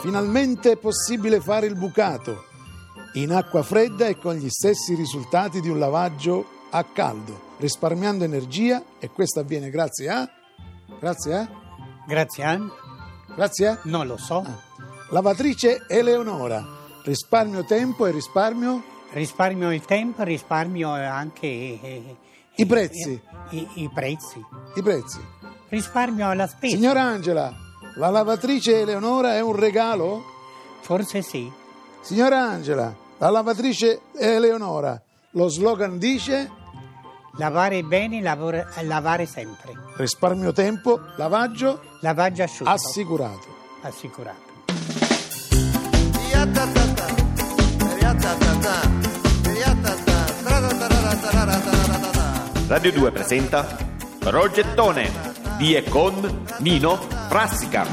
Finalmente è possibile fare il bucato in acqua fredda e con gli stessi risultati di un lavaggio a caldo, risparmiando energia e questo avviene grazie a grazie a Grazie, Ann. grazie a Non lo so. Ah. lavatrice Eleonora. Risparmio tempo e risparmio Risparmio il tempo, risparmio anche eh, I prezzi. i- i prezzi. i prezzi. Risparmio alla spesa. Signora Angela, la lavatrice Eleonora è un regalo? Forse sì. Signora Angela, la lavatrice Eleonora, lo slogan dice Lavare bene, lavora- lavare sempre. risparmio tempo, lavaggio Lavaggio asciutto. Ah, assicurato. assicurato. Radio 2 presenta Progettone di e con Nino Frassica.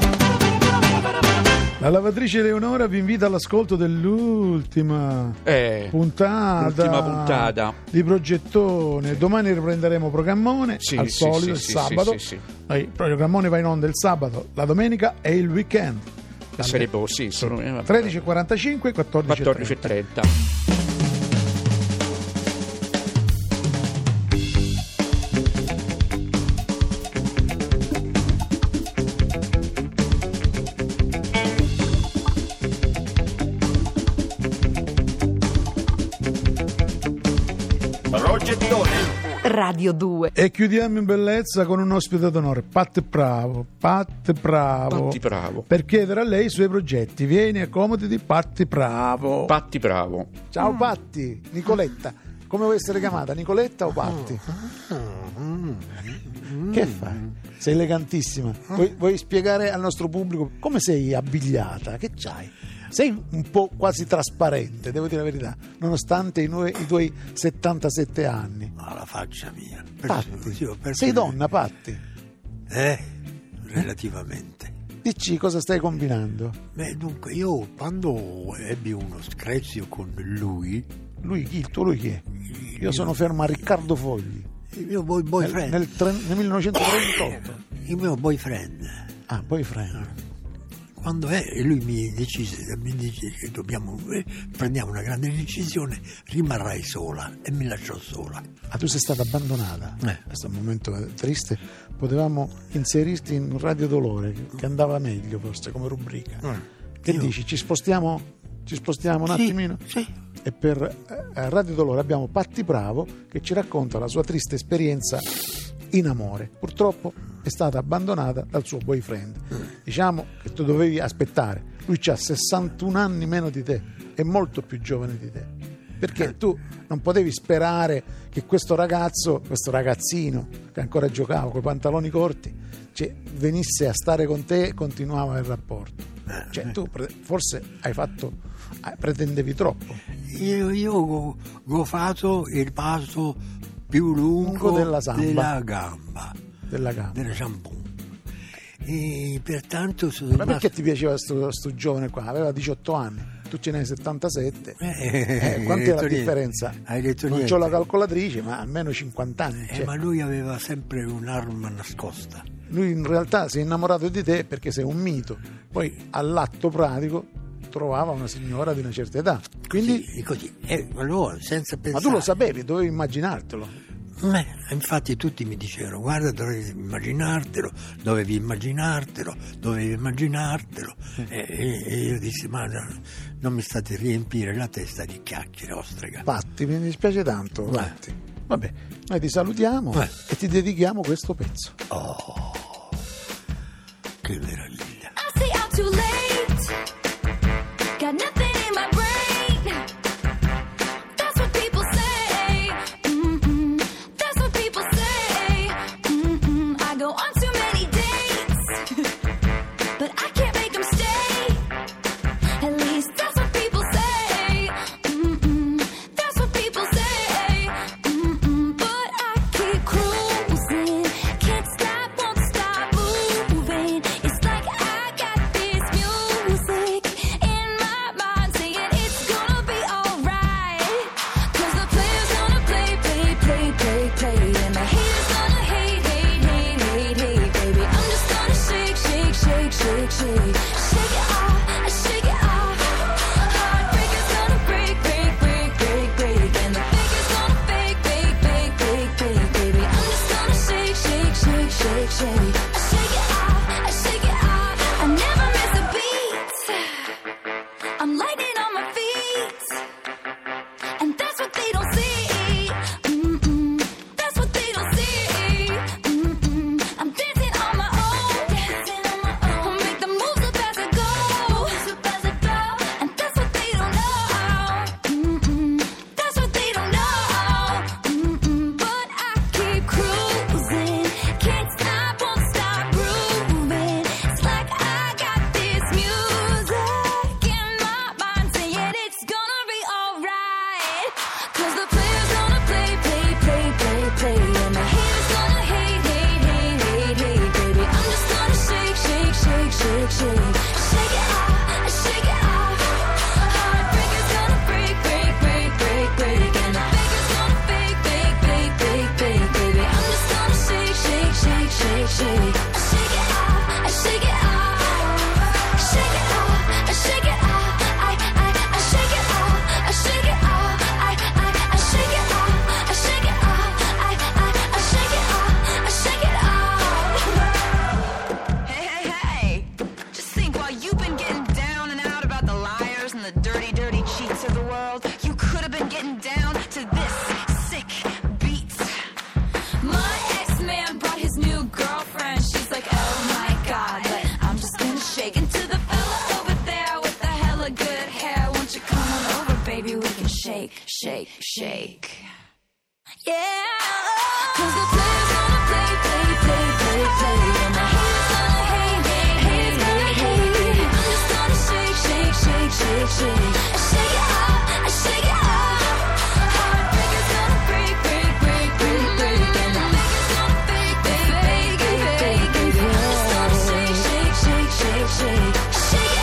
La lavatrice Eleonora vi invita all'ascolto dell'ultima Eh, puntata, Ultima puntata. di progettone. Domani riprenderemo programmone Sì, al sì, solito sì, il sì, sabato. sì, sì, sì. Noi- il programmone va in onda il sabato, la domenica e il weekend. la Serie B, sì, sono eh, vabbè, 13.45 14.30. 14.30. Progettone. Radio 2. E chiudiamo in bellezza con un ospite d'onore, Pat Bravo. Pat Bravo. Patti bravo. Per chiedere a lei i suoi progetti. Vieni, accomodati, Patti Bravo. Patti bravo. Ciao Mm. Patti, Nicoletta. Come vuoi essere chiamata, Nicoletta o Patti? Mm. Che fai? Sei elegantissima. Mm. Vuoi, vuoi spiegare al nostro pubblico come sei abbigliata? Che c'hai? Sei un po' quasi trasparente, devo dire la verità, nonostante i, nue- i tuoi 77 anni. alla faccia mia. Patti, Io per- sei donna, Patti. Eh, relativamente. Dici cosa stai combinando? Beh, dunque, io quando ebbi uno screzio con lui, Lui chi? Tu lui chi è? Io sono fermo a Riccardo Fogli. il mio boy- Nel, boyfriend, nel tre- nel 1938. il mio boyfriend, Ah, poi freno. quando è, e lui mi decise, mi dice che dobbiamo, eh, prendiamo una grande decisione, rimarrai sola e mi lasciò sola. Ah, tu sei stata abbandonata. Eh. Questo è un momento eh, triste. Potevamo inserirti in Radio Dolore, che- che andava meglio forse come rubrica. Che Eh. Io- dici? Ci spostiamo? Ci spostiamo un Sì, attimino? sì. E per eh, Radio Dolore abbiamo Patti Bravo che ci racconta la sua triste esperienza in amore. Purtroppo è stata abbandonata dal suo boyfriend. Diciamo che tu dovevi aspettare. Lui ha 61 anni meno di te, è molto più giovane di te. Perché tu non potevi sperare che questo ragazzo, questo ragazzino che ancora giocava con i pantaloni corti, cioè, venisse a stare con te e continuava il rapporto. Cioè, tu pre- forse hai fatto, eh, pretendevi troppo. Io, io ho gofato il passo più lungo Lungo della samba. della gamba. della gamba. della shampoo. E pertanto sono Ma rimasto... perché ti piaceva sto, sto giovane qua? Aveva 18 anni, tu ce n'hai 77. Eh, Eh, quant'è hai la detto niente. differenza? Hai detto non niente. ho la calcolatrice, ma almeno 50 anni. Eh, cioè. ma lui aveva sempre un'arma nascosta. Lui in realtà si è innamorato di te perché sei un mito. Poi all'atto pratico trovava una signora di una certa età. Quindi, Sì, esatto. così. E allora, senza ma pensare... tu lo sapevi, dovevi immaginartelo. Eh, infatti tutti mi dicevano, guarda, dovevi immaginartelo, dovevi immaginartelo, dovevi immaginartelo. E, e- e io dissi, ma no, non mi state riempire la testa di chiacchiere, ostrega. Patti, mi dispiace tanto. Patti. Vabbè, noi ti salutiamo Eh. e ti dedichiamo questo pezzo. Che meraviglia. I say I'm too late. Got nothing in my brain. That's what people say. Mm-mm. That's what people say. Mm-mm. I go on too many dates, but I can't make them stay. At least that's what people say. Mm-mm. That's what people say. Mm-mm. But I keep cruising. Can't stop, won't stop moving. It's like I got this music. ah, shake, shake. I shake it off, I shake it off. I never miss a beat. I'm lightning on my feet. And that's what they don't see. Mm-mm. That's what they don't see. Mm-mm. I'm dancing on my own. Dancing on my own. I'll make the moves up as I go. And that's what they don't know. Mm-mm. That's what they don't know. Mm-mm. But I keep cruising. Can't stop, won't stop grooving. It's like I got this music in my mind saying it's gonna be alright. Cause the player's gonna play, play, play, play, play. And the haters gonna hate, hate, hate, hate, hate, baby. I'm just gonna shake, shake, shake, shake, shake. Shake it off, shake it off. Heartbreaker's gonna break, break, break, break, break. And the faker's gonna fake, fake, fake, fake, fake, baby. I'm just gonna shake, shake, shake, shake, shake. Shake it off, shake it off. Shake it off, shake it off. I, I, I shake it off, I shake it off. I, I, I shake it off, I shake it off. I, I, I shake it off, I shake it off. Hey, hey, hey! Just think, while you've been getting down and out about the liars and the dirty, dirty cheats of the world, you could have been getting down to this sick beat. My ex man brought his new girlfriend. She's like, oh my god, but I'm just gonna shake into the fella over there with the hella good hair. Won't you come on over, baby? We can shake, shake, shake. Yeah. 'Cause the players gonna play, play, play, play, play. And the haters gonna hate, hate, hate, hate, hate. I'm just gonna shake, shake, shake, shake, shake. I shake it off, I shake it off. Heartbreaker's gonna break, break, break, break, break. And the faker's gonna fake, fake, fake, fake, fake, baby. I'm just gonna shake, shake, shake, shake, shake.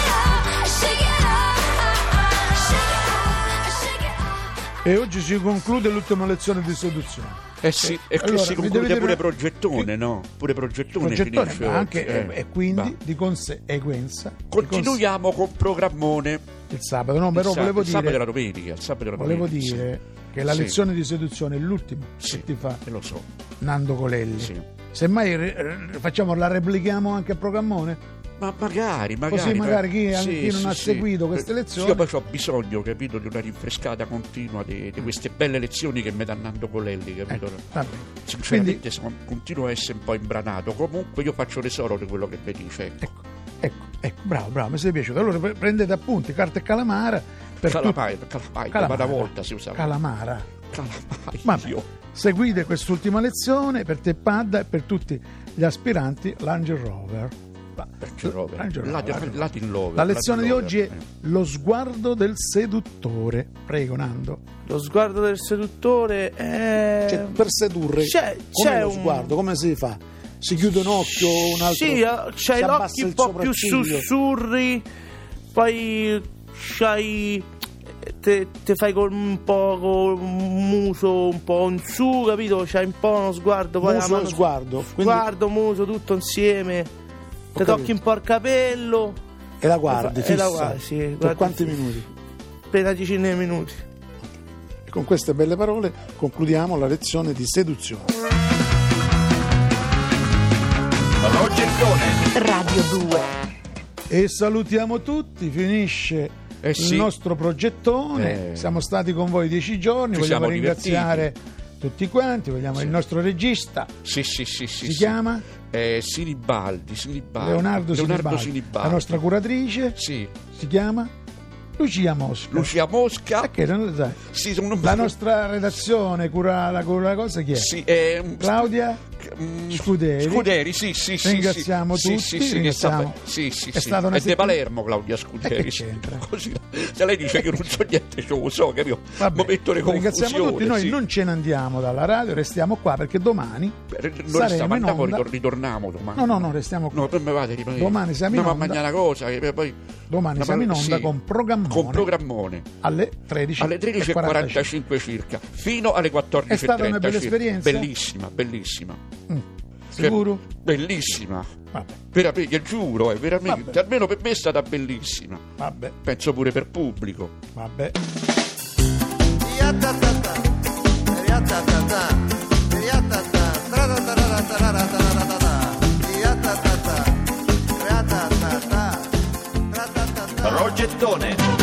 I shake it off, I shake it off. I shake it off, I shake it off. E oggi si conclude l'ultima lezione di seduzione. Eh sì, e qui Allora, si mi conclude dovete- pure progettone, no? Pure progettone, Progettone, finisce ma anche, oggi, eh. e- e quindi Va. di conseguenza di conse- Continuiamo con programmone. il sabato. No, però il sa- volevo il sabato e la dire, domenica, il sabato e la domenica. volevo sì. dire che la Sì. lezione di seduzione è l'ultima che ti fa Eh, lo so. Nando Colelli. Sì. Semmai re- re- facciamo, la replichiamo anche a programmone. Ma magari, magari. Così magari chi- Sì, chi non sì, ha sì. seguito queste Eh, lezioni- sì, Io poi ho bisogno, capito, di una rinfrescata continua di, di queste belle lezioni che mi dà Nando Colelli, capito? Ecco, va bene. Sinceramente sono- cioè, continuo a essere un po' imbranato. Comunque io faccio tesoro di quello che mi dice. ecco. Ecco, ecco, ecco, bravo, bravo, mi sei piaciuto. Allora pre- prendete appunti carta e calamara per Calamai, tut- calamai, Calamara. ma una volta si usava. Calamara. Calamai, Vabbè, io. seguite quest'ultima lezione per te Padda e per tutti gli aspiranti l'Angel Rover. Va- Perché Rover? L'Angel Latin- Rover, Angel Latin Rover. Lover, La lezione Latin di oggi è Lover, eh. lo sguardo del seduttore. Prego Nando. Lo sguardo del seduttore è... Cioè, per sedurre, Ehm, C'è- com'è c'è lo un- sguardo? Come si fa? Si chiude un occhio, un altro? Sì, eh, c'hai si gli abbassa occhi il un po' più sopracciglio? sussurri, poi c'hai. Te, te fai con un po' con un muso un po' in su, capito? C'hai un po' uno sguardo, poi Muso e la mano- sguardo, quindi- sguardo, muso, tutto insieme. Te capito. tocchi un po' il capello E la guardi, E la fissa. guardi, sì, per guardi, quanti sì. minuti? per una decina di minuti. E con queste belle parole concludiamo la lezione di seduzione. Progettone. Radio 2. E salutiamo tutti, finisce Eh sì. il nostro progettone. Eh. Siamo stati con voi dieci giorni, Ci vogliamo siamo ringraziare tutti quanti, vogliamo il nostro regista. Sì, sì, sì, sì. Ah, Si sì. chiama Eh, Sinibaldi, Sinibaldi. Leonardo, Sinibaldi. Sinibaldi. La nostra curatrice Sì. si chiama Lucia Mosca. Lucia Mosca. Ah, che non lo sai. Sì, sono La nostra redazione cura la, cura la cosa chi è? Sì, eh, un- Claudia mm, Scuderi. Scuderi, sì, sì, sì. Ringraziamo sì, tutti, Sì, sì, ringraziamo. che sta- sì, sì, È sì. stata una È di settimana- Palermo Claudia Scuderi. E che sì. c'entra? Così, se lei dice che non so niente, ce lo so, capito? Vabbè, Momento di confusione. ringraziamo tutti, noi sì. non ce ne andiamo dalla radio, restiamo qua perché domani Per- Noi saremo stiamo, in andiamo, onda. ritor- ritorniamo domani. No, no, no, restiamo qui. No, poi mi vate, rimane- Domani siamo in andiamo onda. a mangiare una cosa. Che poi... Domani Ma- siamo in onda sì. con programmone. Con programmone. alle 13.45. Alle 13.45 circa, fino alle 14.30. È stata una bella circa. esperienza? Bellissima, bellissima. Cioè, Sicuro? Bellissima. Vabbè, Veramente, giuro, è veramente. Vabbè. Almeno per me è stata bellissima. vabbè, Penso pure per pubblico. vabbè. Riatatata, riatatata, riatatata, tra-ra-ra-ra-ra-ra-ra-ra-ra-ra. progettone